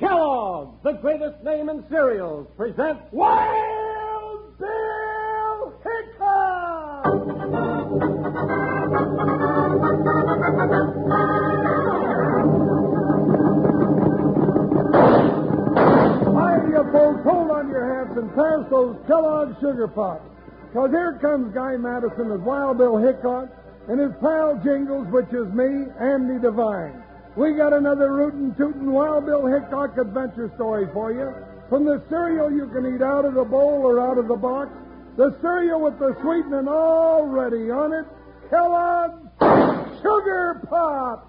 Kellogg, the greatest name in cereals, presents Wild Bill Hickok! Mind your folks, hold on to your hats and pass those Kellogg sugar pops. Cause here comes Guy Madison as Wild Bill Hickok and his pal Jingles, which is me, Andy Devine. We got another rootin' tootin' Wild Bill Hickok adventure story for you. From the cereal you can eat out of the bowl or out of the box, the cereal with the sweetening already on it, Kellogg's Sugar Pop.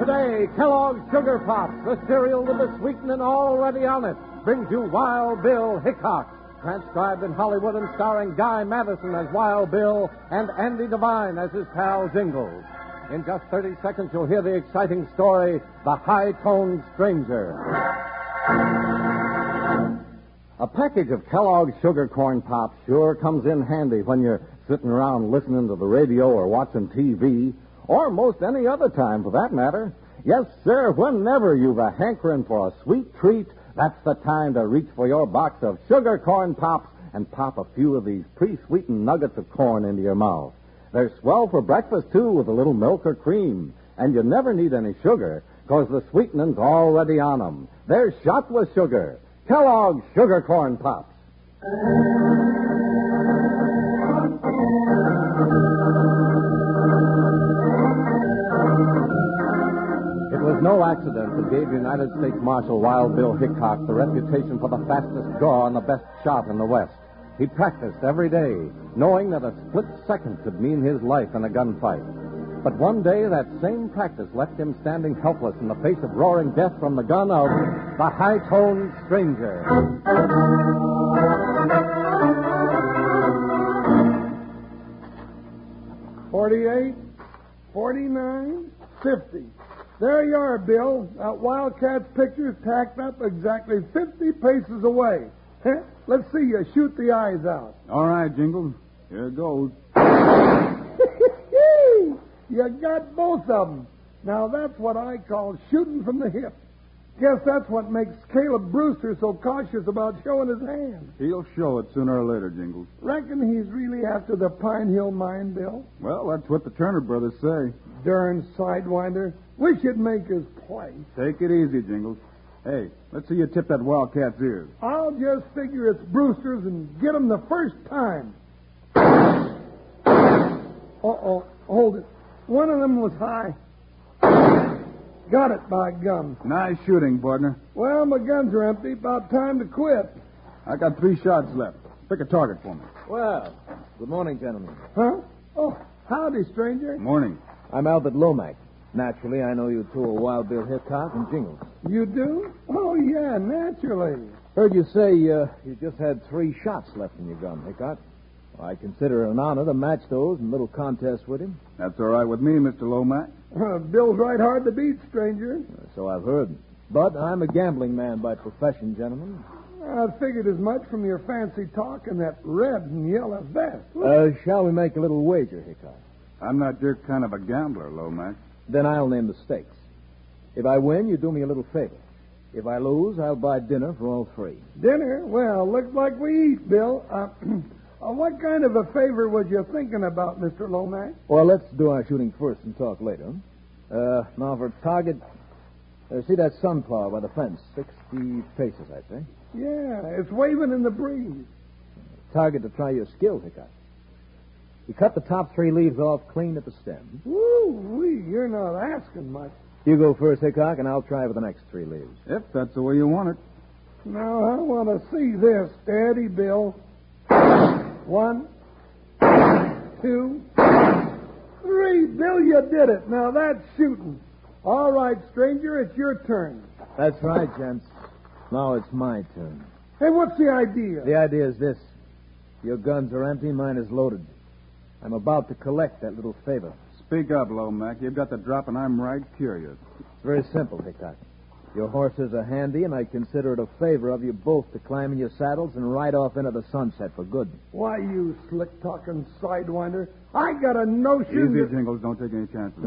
Today, Kellogg's Sugar Pop, the cereal with the sweetening already on it, brings you Wild Bill Hickok, transcribed in Hollywood and starring Guy Madison as Wild Bill and Andy Devine as his pal Jingles. In just 30 seconds, you'll hear the exciting story, The High Toned Stranger. A package of Kellogg's Sugar Corn Pops sure comes in handy when you're sitting around listening to the radio or watching TV, or most any other time for that matter. Yes, sir, whenever you've a hankering for a sweet treat, that's the time to reach for your box of Sugar Corn Pops and pop a few of these pre-sweetened nuggets of corn into your mouth. They're swell for breakfast, too, with a little milk or cream. And you never need any sugar, 'cause the sweetening's already on 'em. They're shot with sugar. Kellogg's Sugar Corn Pops. It was no accident that gave United States Marshal Wild Bill Hickok the reputation for the fastest draw and the best shot in the West. He practiced every day, knowing that a split second could mean his life in a gunfight. But one day, that same practice left him standing helpless in the face of roaring death from the gun of the high toned stranger. Forty-eight, forty-nine, fifty. There you are, Bill. That Wildcat's picture's tacked up exactly 50 paces away. Heh, Let's see you shoot the eyes out. All right, Jingles. Here it goes. you got both of them. Now that's what I call shooting from the hip. Guess that's what makes Caleb Brewster so cautious about showing his hand. He'll show it sooner or later, Jingles. Reckon he's really after the Pine Hill mine, Bill. Well, that's what the Turner brothers say. Darn sidewinder. Wish he'd make his play. Take it easy, Jingles. Hey, let's see you tip that Wildcat's ears. I'll just figure it's Brewster's and get him the first time. Uh-oh. Hold it. One of them was high. Got it by gum. Nice shooting, partner. Well, my guns are empty. About time to quit. I got three shots left. Pick a target for me. Well, good morning, gentlemen. Huh? Oh, howdy, stranger. Morning. I'm Albert Lomax. Naturally, I know you two are Wild Bill Hickok and Jingles. You do? Oh, yeah, naturally. Heard you say uh, you just had three shots left in your gun, Hickok. Well, I consider it an honor to match those in a little contest with him. That's all right with me, Mr. Lomax. Uh, Bill's right hard to beat, stranger. So I've heard. But I'm a gambling man by profession, gentlemen. I figured as much from your fancy talk and that red and yellow vest. Uh, shall we make a little wager, Hickok? I'm not your kind of a gambler, Lomax. Then I'll name the stakes. If I win, you do me a little favor. If I lose, I'll buy dinner for all three. Dinner? Well, looks like we eat, Bill. Uh, Uh, what kind of a favor was you thinking about, Mr. Lomax? Well, let's do our shooting first and talk later. Uh, now for target. Uh, see that sunflower by the fence? 60 paces, I think. Yeah, it's waving in the breeze. Target to try your skill, Hickok. You cut the top three leaves off clean at the stem. Woo-wee, you're not asking much. You go first, Hickok, and I'll try for the next three leaves. If that's the way you want it. Now, I want to see this. Steady, Bill. One, two, three. Bill, you did it. Now, that's shooting. All right, stranger, it's your turn. That's right, gents. Now it's my turn. Hey, what's the idea? The idea is this your guns are empty, mine is loaded. I'm about to collect that little favor. Speak up, Lomac. You've got the drop, and I'm right curious. It's very simple, Hickok. Your horses are handy, and I consider it a favor of you both to climb in your saddles and ride off into the sunset for good. Why, you slick talking sidewinder. I got a notion. Easy, that- Jingles. Don't take any chances.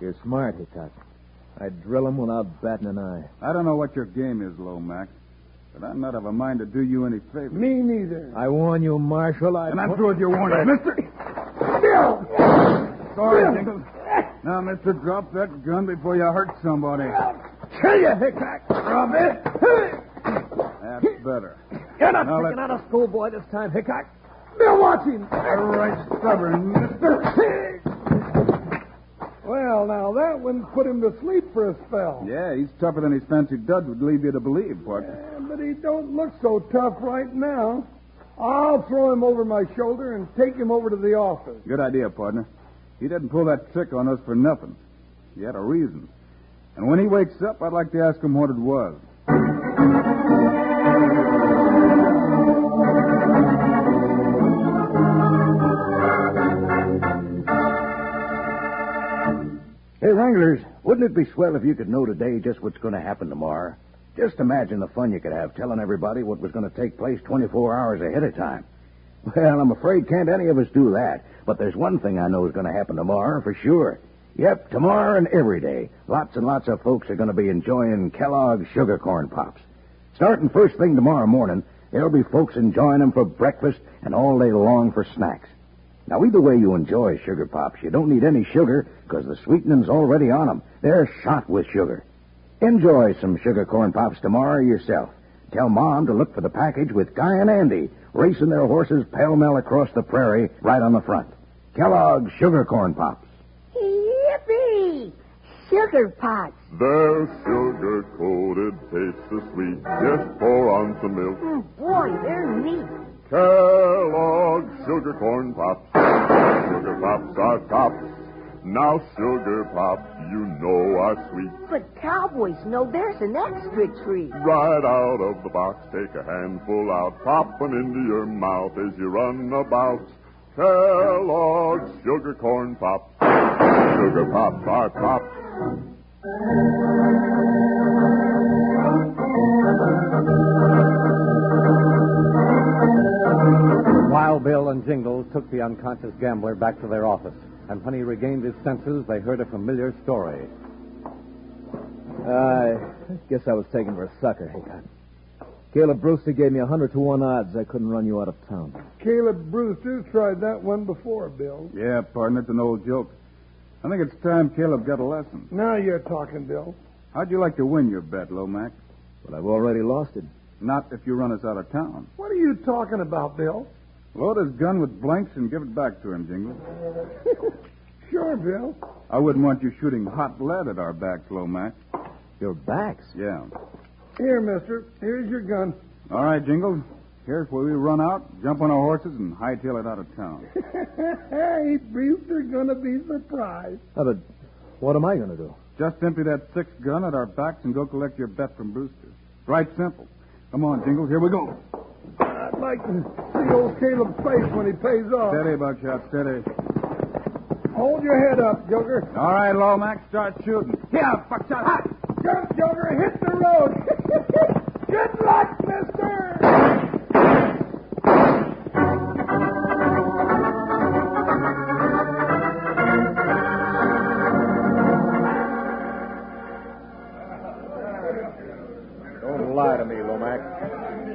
You're smart, Hickok. I'd drill 'em without batting an eye. I don't know what your game is, Lomax, but I'm not of a mind to do you any favor. Me neither. I warn you, Marshal, I... And I'm through with your warning, mister. Bill! Sorry, Jingles. Now, mister, drop that gun before you hurt somebody. Kill you, Hickok. Drop it. That's better. You're not Now, let- a schoolboy this time, Hickok. Bill, watch him. All right, stubborn, mister. Well, now, that one put him to sleep for a spell. Yeah, he's tougher than his fancy duds would leave you to believe, partner. Yeah, but he don't look so tough right now. I'll throw him over my shoulder and take him over to the office. Good idea, partner. He didn't pull that trick on us for nothing. He had a reason. And when he wakes up, I'd like to ask him what it was. Hey, Wranglers, wouldn't it be swell if you could know today just what's going to happen tomorrow? Just imagine the fun you could have telling everybody what was going to take place 24 hours ahead of time. Well, I'm afraid can't any of us do that. But there's one thing I know is going to happen tomorrow for sure. Yep, tomorrow and every day, lots and lots of folks are going to be enjoying Kellogg's Sugar Corn Pops. Starting first thing tomorrow morning, there'll be folks enjoying them for breakfast and all day long for snacks. Now, either way you enjoy Sugar Pops, you don't need any sugar because the sweetening's already on 'em. They're shot with sugar. Enjoy some Sugar Corn Pops tomorrow yourself. Tell Mom to look for the package with Guy and Andy racing their horses pell-mell across the prairie right on the front. Kellogg's Sugar Corn Pops. Yippee! Sugar pots. They're sugar coated, tastes so sweet. Just pour on some milk. Mm, boy, they're neat. Kellogg's sugar corn pops. Sugar pops are tops. Now sugar pops, you know are sweet. But cowboys know there's an extra treat. Right out of the box, take a handful out, pop 'em into your mouth as you run about. Kellogg's sugar corn pops. Sugar pops are tops. While Bill and Jingles took the unconscious gambler back to their office, and when he regained his senses, they heard a familiar story. I guess I was taken for a sucker, Hickok. Caleb Brewster gave me a hundred to one odds I couldn't run you out of town. Caleb Brewster's tried that one before, Bill. Yeah, partner, it's an old joke. I think it's time Caleb got a lesson. Now you're talking, Bill. How'd you like to win your bet, Lomax? But I've already lost it. Not if you run us out of town. What are you talking about, Bill? Load his gun with blanks and give it back to him, Jingles. Sure, Bill. I wouldn't want you shooting hot lead at our backs, Lomax. Your backs. Yeah. Here, mister. Here's your gun. All right, Jingles. Here's where we run out, jump on our horses, and hightail it out of town. hey, Brewster gonna be surprised. Now, but what am I going to do? Just empty that six gun at our backs and go collect your bet from Brewster. It's right simple. Come on, Jingles. Here we go. I'd like to see old Caleb's face when he pays off. Steady, Buckshot. Steady. Hold your head up, Joker. All right, Lomax. Start shooting. Yeah, Buckshot. Hot. Jump, Joker. Hit the road. Good luck, mister. Don't lie to me, Lomax.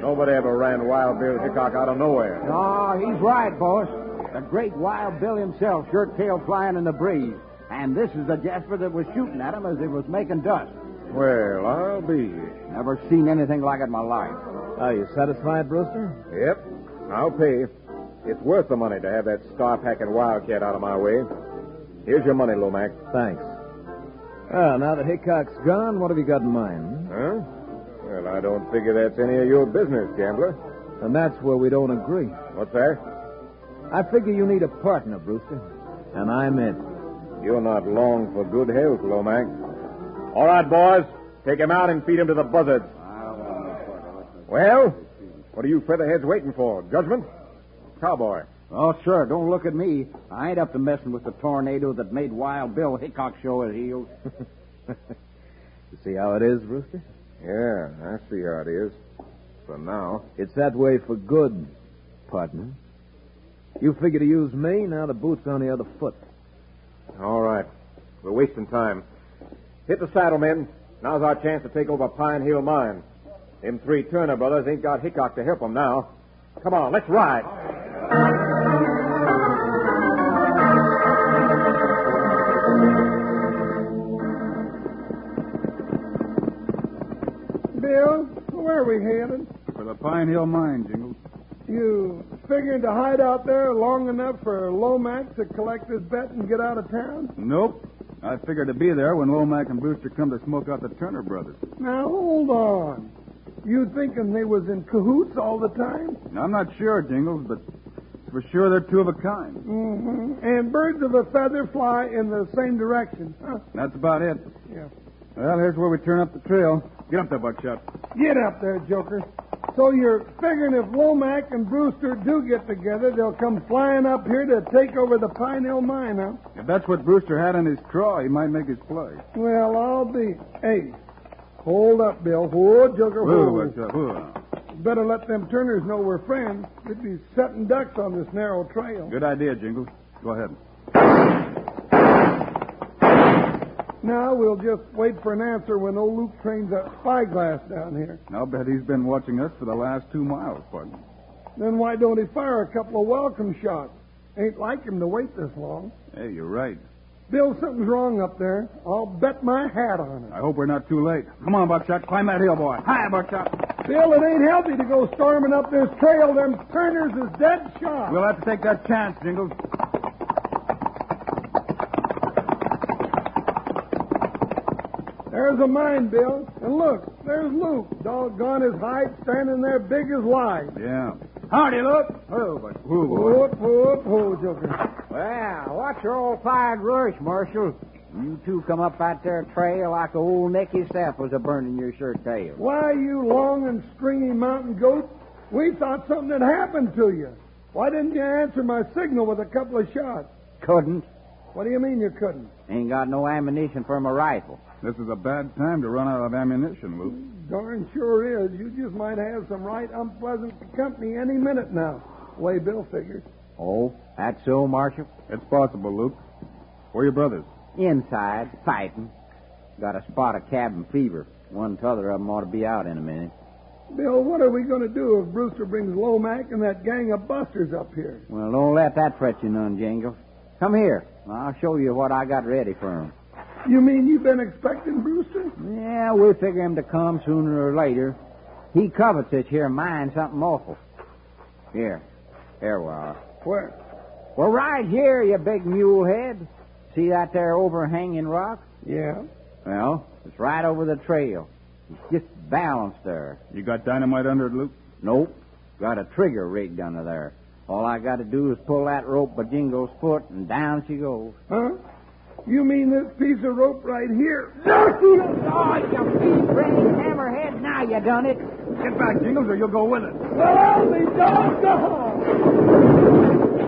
Nobody ever ran wild Garfield Hickok out of nowhere. Oh, he's right, boss. The great Wild Bill himself, shirt tail flying in the breeze. And this is the Jasper that was shooting at him as he was making dust. Well, I'll be. Never seen anything like it in my life. Are you satisfied, Brewster? Yep. I'll pay. It's worth the money to have that star packing wildcat out of my way. Here's your money, Lomax. Thanks. Ah, Well, now that Hickok's gone, what have you got in mind? Huh? Well, I don't figure that's any of your business, gambler. And that's where we don't agree. What's that? I figure you need a partner, Brewster. And I'm it. You're not long for good health, Lomax. All right, boys. Take him out and feed him to the buzzards. Well, what are you featherheads waiting for? Judgment? Cowboy. Oh, sir, don't look at me. I ain't up to messing with the tornado that made Wild Bill Hickok show his heels. you see how it is, Brewster? Yeah, I see how it is. For now. It's that way for good, partner. You figure to use me, now the boot's on the other foot. All right. We're wasting time. Hit the saddle, men. Now's our chance to take over Pine Hill Mine. Them three Turner brothers ain't got Hickok to help 'em now. Come on, let's ride. Bill, where are we headed? For the Pine Hill Mine, Jingles. You figuring to hide out there long enough for Lomax to collect his bet and get out of town? Nope. I figured to be there when Lomax and Brewster come to smoke out the Turner brothers. Now, hold on. You thinking they was in cahoots all the time? I'm not sure, Jingles, but for sure they're two of a kind. Mm-hmm. And birds of a feather fly in the same direction. Huh? That's about it. Yeah. Well, here's where we turn up the trail. Get up there, Buckshot. Get up there, Joker. So you're figuring if Lomax and Brewster do get together, they'll come flying up here to take over the Pine Hill Mine, huh? If that's what Brewster had in his craw, he might make his play. Well, I'll be. Hey, hold up, Bill. Whoa, Joker. Whoa, Buckshot. Whoa. Better let them Turners know we're friends. They'd be setting ducks on this narrow trail. Good idea, Jingles. Go ahead. Now we'll just wait for an answer when old Luke trains that spyglass down here. I'll bet he's been watching us for the last two miles, partner. Then why don't he fire a couple of welcome shots? Ain't like him to wait this long. Hey, you're right. Bill, something's wrong up there. I'll bet my hat on it. I hope we're not too late. Come on, Buckshot. Climb that hill, boy. Hi, Buckshot. Bill, it ain't healthy to go storming up this trail. Them Turners is dead shot. We'll have to take that chance, Jingles. There's a mine, Bill. And look, there's Luke. Doggone his height, standing there big as life. Yeah. Howdy, Luke. Oh, but whoop, whoop, whoop, whoop, Joker. Well, what's your old fired rush, Marshal? You two come up out there trail like the old Nicky Seth was a burning your shirt tail. Why, you long and stringy mountain goat, we thought something had happened to you. Why didn't you answer my signal with a couple of shots? Couldn't. What do you mean you couldn't? Ain't got no ammunition for my rifle. This is a bad time to run out of ammunition, Luke. Darn sure is. You just might have some right unpleasant company any minute now. Way Bill figures. Oh, that's so, Marshal? It's possible, Luke. Where are your brothers? Inside, fighting. Got a spot of cabin fever. One t'other of 'em ought to be out in a minute. Bill, what are we going to do if Brewster brings Lomax and that gang of busters up here? Well, don't let that fret you none, Jingles. Come here. I'll show you what I got ready for 'em. You mean you've been expecting Brewster? Yeah, we figure him to come sooner or later. He covets this here mine something awful. Here. Here we are. Where? Well, right here, you big mule head. See that there overhanging rock? Yeah. Well, it's right over the trail. It's just balanced there. You got dynamite under it, Luke? Nope. Got a trigger rigged under there. All I got to do is pull that rope by Jingo's foot, and down she goes. Huh? You mean this piece of rope right here? oh, you big brain hammerhead. Now you done it. Get back, Jingles, or you'll go with us. Well, I'll be doggone.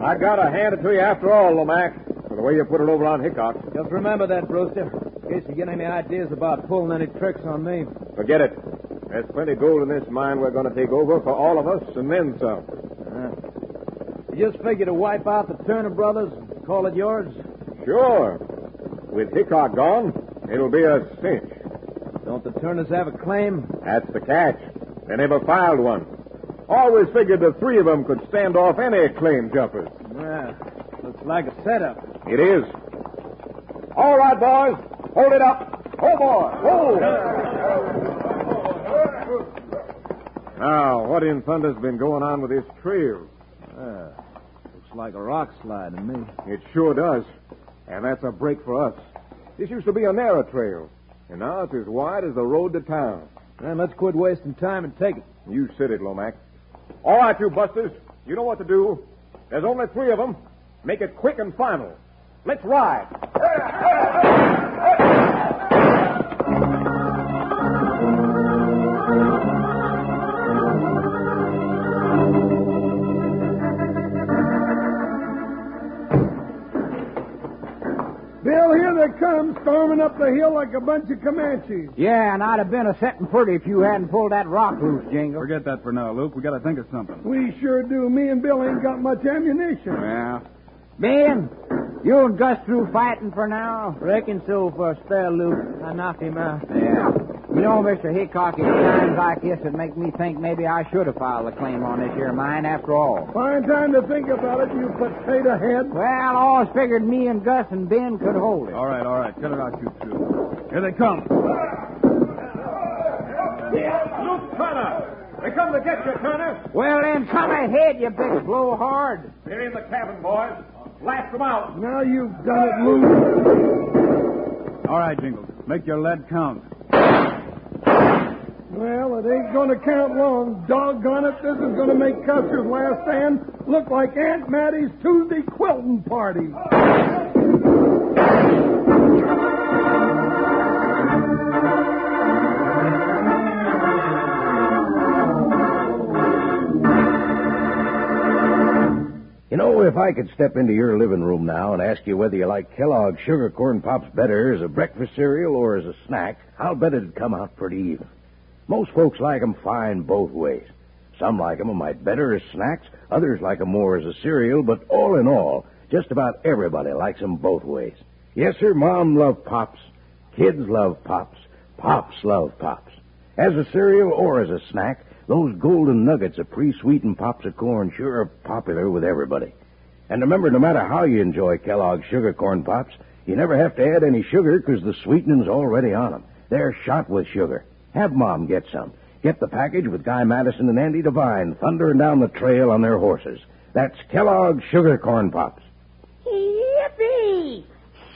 I got to hand it to you after all, Lomax, for the way you put it over on Hickok. Just remember that, Brewster. In case you get any ideas about pulling any tricks on me. Forget it. There's plenty of gold in this mine we're going to take over for all of us and then some. Uh, You just figure to wipe out the Turner brothers, call it yours? Sure. With Hickok gone, it'll be a cinch. Don't the Turners have a claim? That's the catch. They never filed one. Always figured the three of them could stand off any claim jumpers. Well, looks like a setup. It is. All right, boys. Hold it up. Oh, boy. Oh. Now, what in thunder's been going on with this trail? Uh, looks like a rock slide to me. It sure does. And that's a break for us. This used to be a narrow trail, and now it's as wide as the road to town. Then let's quit wasting time and take it. You said it, Lomax. All right, you busters. You know what to do. There's only three of them. Make it quick and final. Let's ride. Bill, here they come, storming up the hill like a bunch of Comanches. Yeah, and I'd have been a setting pretty if you hadn't pulled that rock loose, Jingle. Forget that for now, Luke. We gotta think of something. We sure do. Me and Bill ain't got much ammunition. Yeah. Ben, you and Gus through fighting for now? Reckon so for a spell, Luke. I knocked him out. Yeah. You know, Mr. Hickok, it's times like this that make me think maybe I should have filed a claim on this here mine after all. Fine time to think about it, you potato head. Well, always figured me and Gus and Ben could hold it. All right, all right. Cut it out, you two. Here they come. Luke Turner! They come to get you, Turner! Well, then, come ahead, you big blowhard. They're in the cabin, boys. Blast them out. Now you've done it, Luke. All right, Jingles. Make your lead count. Well, it ain't going to count long. Doggone it, this is going to make Custer's last stand look like Aunt Mattie's Tuesday quilting party. You know, if I could step into your living room now and ask you whether you like Kellogg's Sugar Corn Pops better as a breakfast cereal or as a snack, I'll bet it'd come out pretty even. Most folks like 'em fine both ways. Some like 'em a mite better as snacks, others like 'em more as a cereal, but all in all, just about everybody likes 'em both ways. Yes, sir, Mom love Pops. Kids love Pops. Pops love Pops. As a cereal or as a snack, those golden nuggets of pre-sweetened pops of corn sure are popular with everybody. And remember, no matter how you enjoy Kellogg's sugar corn pops, you never have to add any sugar because the sweetening's already on them. They're shot with sugar. Have Mom get some. Get the package with Guy Madison and Andy Devine thundering down the trail on their horses. That's Kellogg's sugar corn pops. Yippee!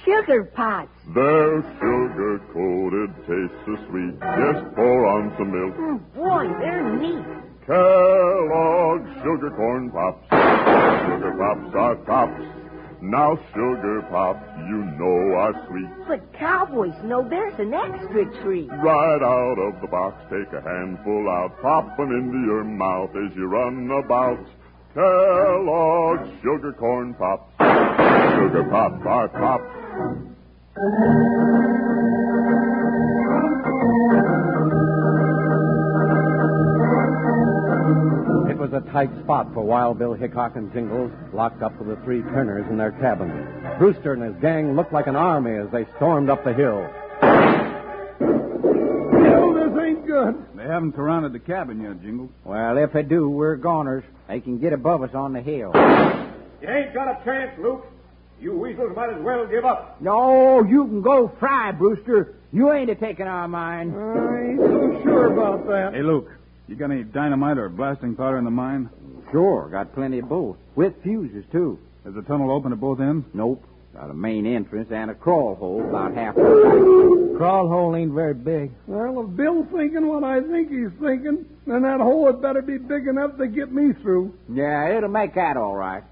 Sugar pots. Their sugar coated tastes so sweet. Just pour on some milk. Mm, boy, they're neat. Kellogg's sugar corn pops. Sugar pops are pops. Now sugar pops, you know are sweet. But cowboys know there's an extra treat. Right out of the box, take a handful out, pop 'em into your mouth as you run about. Kellogg's sugar corn pops. Sugar pops are pops. It was a tight spot for Wild Bill Hickok and Jingles, locked up with the three Turners in their cabin. Brewster and his gang looked like an army as they stormed up the hill. Bill, this ain't good. They haven't surrounded the cabin yet, Jingles. Well, if they do, we're goners. They can get above us on the hill. You ain't got a chance, Luke. You weasels might as well give up. No, you can go fry, Brewster. You ain't a taking our mine. I ain't so sure about that. Hey, Luke, you got any dynamite or blasting powder in the mine? Sure, got plenty of both. With fuses, too. Is the tunnel open at both ends? Nope. Got a main entrance and a crawl hole about half the way. Crawl hole ain't very big. Well, if Bill's thinking what I think he's thinking, then that hole had better be big enough to get me through. Yeah, it'll make that all right.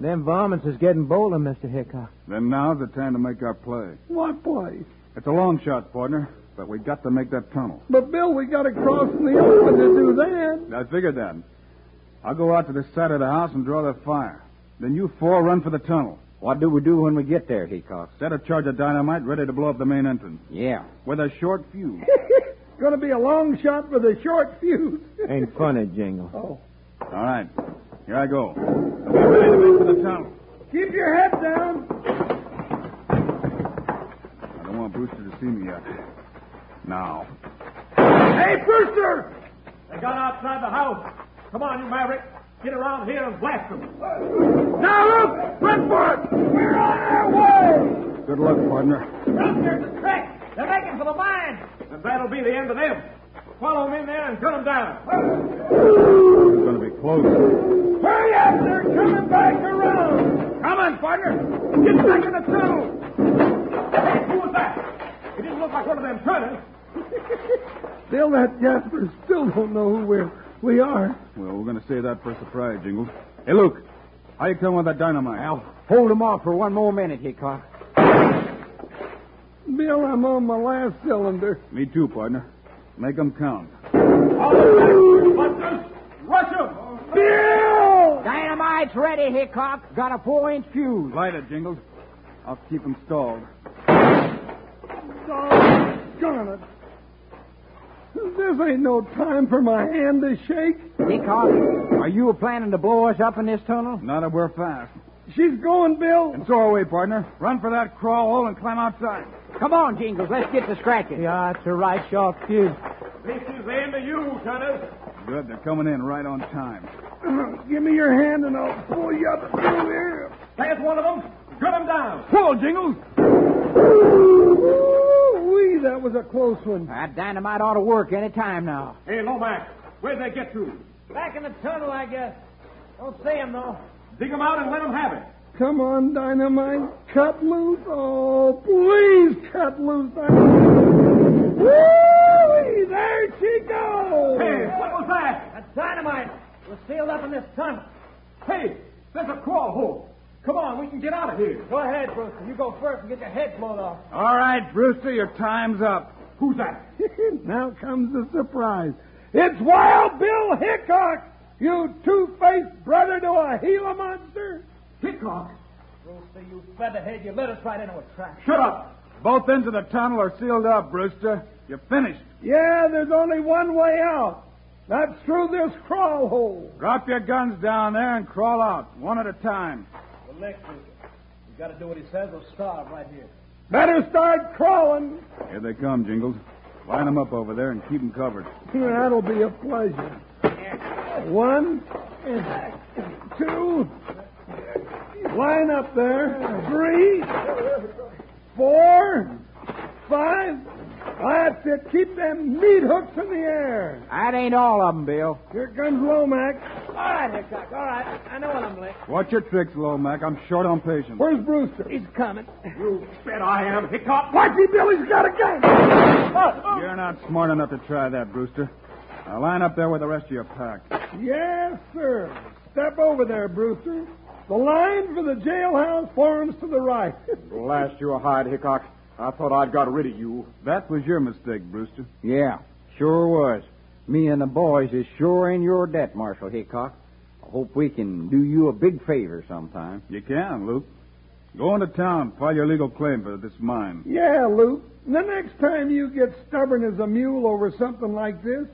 Them varmints is getting bolder, Mr. Hickok. Then now's the time to make our play. What play? It's a long shot, partner, but we got to make that tunnel. But, Bill, we got to cross in the open to do that. I figured that. I'll go out to the side of the house and draw their fire. Then you four run for the tunnel. What do we do when we get there, Hickok? Set a charge of dynamite ready to blow up the main entrance. Yeah. With a short fuse. Going to be a long shot with a short fuse. Ain't funny, Jingle. Oh. All right. Here I go. Be ready to make for the tunnel. Keep your head down. I don't want Brewster to see me yet. Now. Hey, Brewster! They got outside the house. Come on, you maverick. Get around here and blast them. Now look, Brentford! We're on our way! Good luck, partner. Look, there's a track. They're making for the mine. And that'll be the end of them. Follow them in there and gun them down. It's going to be close. Hurry up! They're coming back around! Come on, partner. Get back in the tunnel. Hey, who was that? It didn't look like one of them turners. Still, that Jasper still don't know who we're, we are. Well, we're going to save that for a surprise, Jingles. Hey, Luke. How you coming with that dynamite? Now, hold them off for one more minute, Hickok. Bill, I'm on my last cylinder. Me too, partner. Make 'em count. All the busters. Rush them. Bill! Dynamite's ready, Hickok. Got a four inch fuse. Light it, Jingles. I'll keep 'em stalled. Doggone it. This ain't no time for my hand to shake. Hickok, are you planning to blow us up in this tunnel? Not if we're fast. She's going, Bill. And so are we, partner. Run for that crawl hole and climb outside. Come on, Jingles, let's get to scratching. Yeah, it's a right sharp fuse. This is the end of you, Turners. Good, they're coming in right on time. Give me your hand and I'll pull you up through here. There's one of them. Gun him down. Pull, Jingles! Ooh-wee, that was a close one. That dynamite ought to work any time now. Hey, Lomax, where'd they get to? Back in the tunnel, I guess. Don't see them, though. Dig them out and let them have it. Come on, dynamite. Cut loose. Oh, please cut loose, dynamite. Woo! There she goes. Hey, what was that? That's dynamite. We're sealed up in this tunnel. Hey, there's a crawl hole. Come on, we can get out of here. Go ahead, Brewster. You go first and get your head blown off. All right, Brewster, your time's up. Who's that? now comes the surprise. It's Wild Bill Hickok, you two-faced brother to a Gila monster. Hickok. Brewster, you featherhead, you led us right into a trap. Shut up! Both ends of the tunnel are sealed up, Brewster. You're finished. Yeah, there's only one way out. That's through this crawl hole. Drop your guns down there and crawl out, one at a time. The next Brewster. You gotta do what he says or starve right here. Better start crawling. Here they come, Jingles. Line 'em up over there and keep 'em covered. That'll be a pleasure. One, two, line up there. Three, four, five. That's it. Keep them meat hooks in the air. That ain't all of them, Bill. Here comes Lomax. All right, Hickok. All right. I know what I'm like. Watch your tricks, Lomac. I'm short on patience. Where's Brewster? He's coming. You bet I am, Hickok. Watch me, Bill. He's got a gun. You're not smart enough to try that, Brewster. Now line up there with the rest of your pack. Yes, sir. Step over there, Brewster. The line for the jailhouse forms to the right. Blast your hide, Hickok. I thought I'd got rid of you. That was your mistake, Brewster. Yeah, sure was. Me and the boys is sure in your debt, Marshal Hickok. I hope we can do you a big favor sometime. You can, Luke. Go into town, file your legal claim for this mine. yeah, Luke. The next time you get stubborn as a mule over something like this,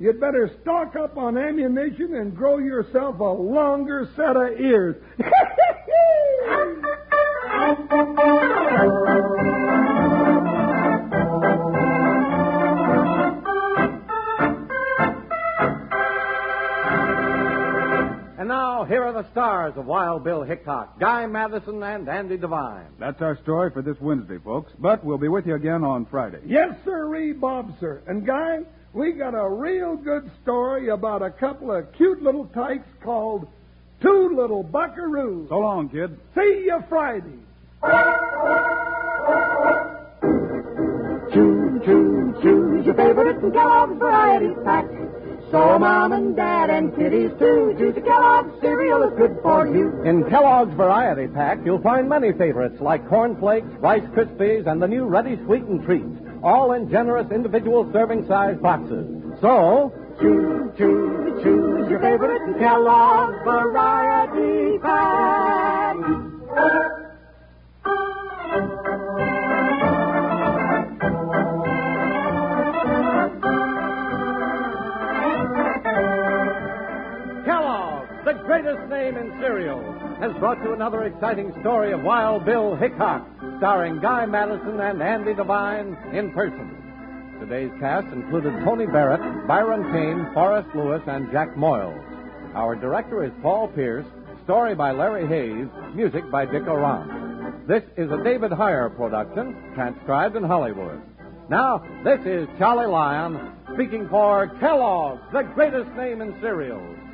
you'd better stock up on ammunition and grow yourself a longer set of ears. And now, here are the stars of Wild Bill Hickok, Guy Matheson, and Andy Devine. That's our story for this Wednesday, folks. But we'll be with you again on Friday. yes, sirree, Bob, sir. And, guy, we got a real good story about a couple of cute little tykes called Two Little Buckaroos. So long, kid. See you Friday. Choo, choo, choose your favorite and Kellogg's variety pack. So mom and dad and kiddies too. Choose a Kellogg's cereal is good for you. In Kellogg's Variety Pack, you'll find many favorites like Corn Flakes, Rice Krispies, and the new Ready Sweetened Treats, all in generous individual serving size boxes. So, Choo, choo, choose your favorite and Kellogg's variety pack. Kellogg's! has brought you another exciting story of Wild Bill Hickok, starring Guy Madison and Andy Devine in person. Today's cast included Tony Barrett, Byron Kane, Forrest Lewis, and Jack Moyles. Our director is Paul Pierce, story by Larry Hayes, music by Dick Oran. This is a David Heyer production, transcribed in Hollywood. Now, this is Charlie Lyon speaking for Kellogg's, the greatest name in cereals,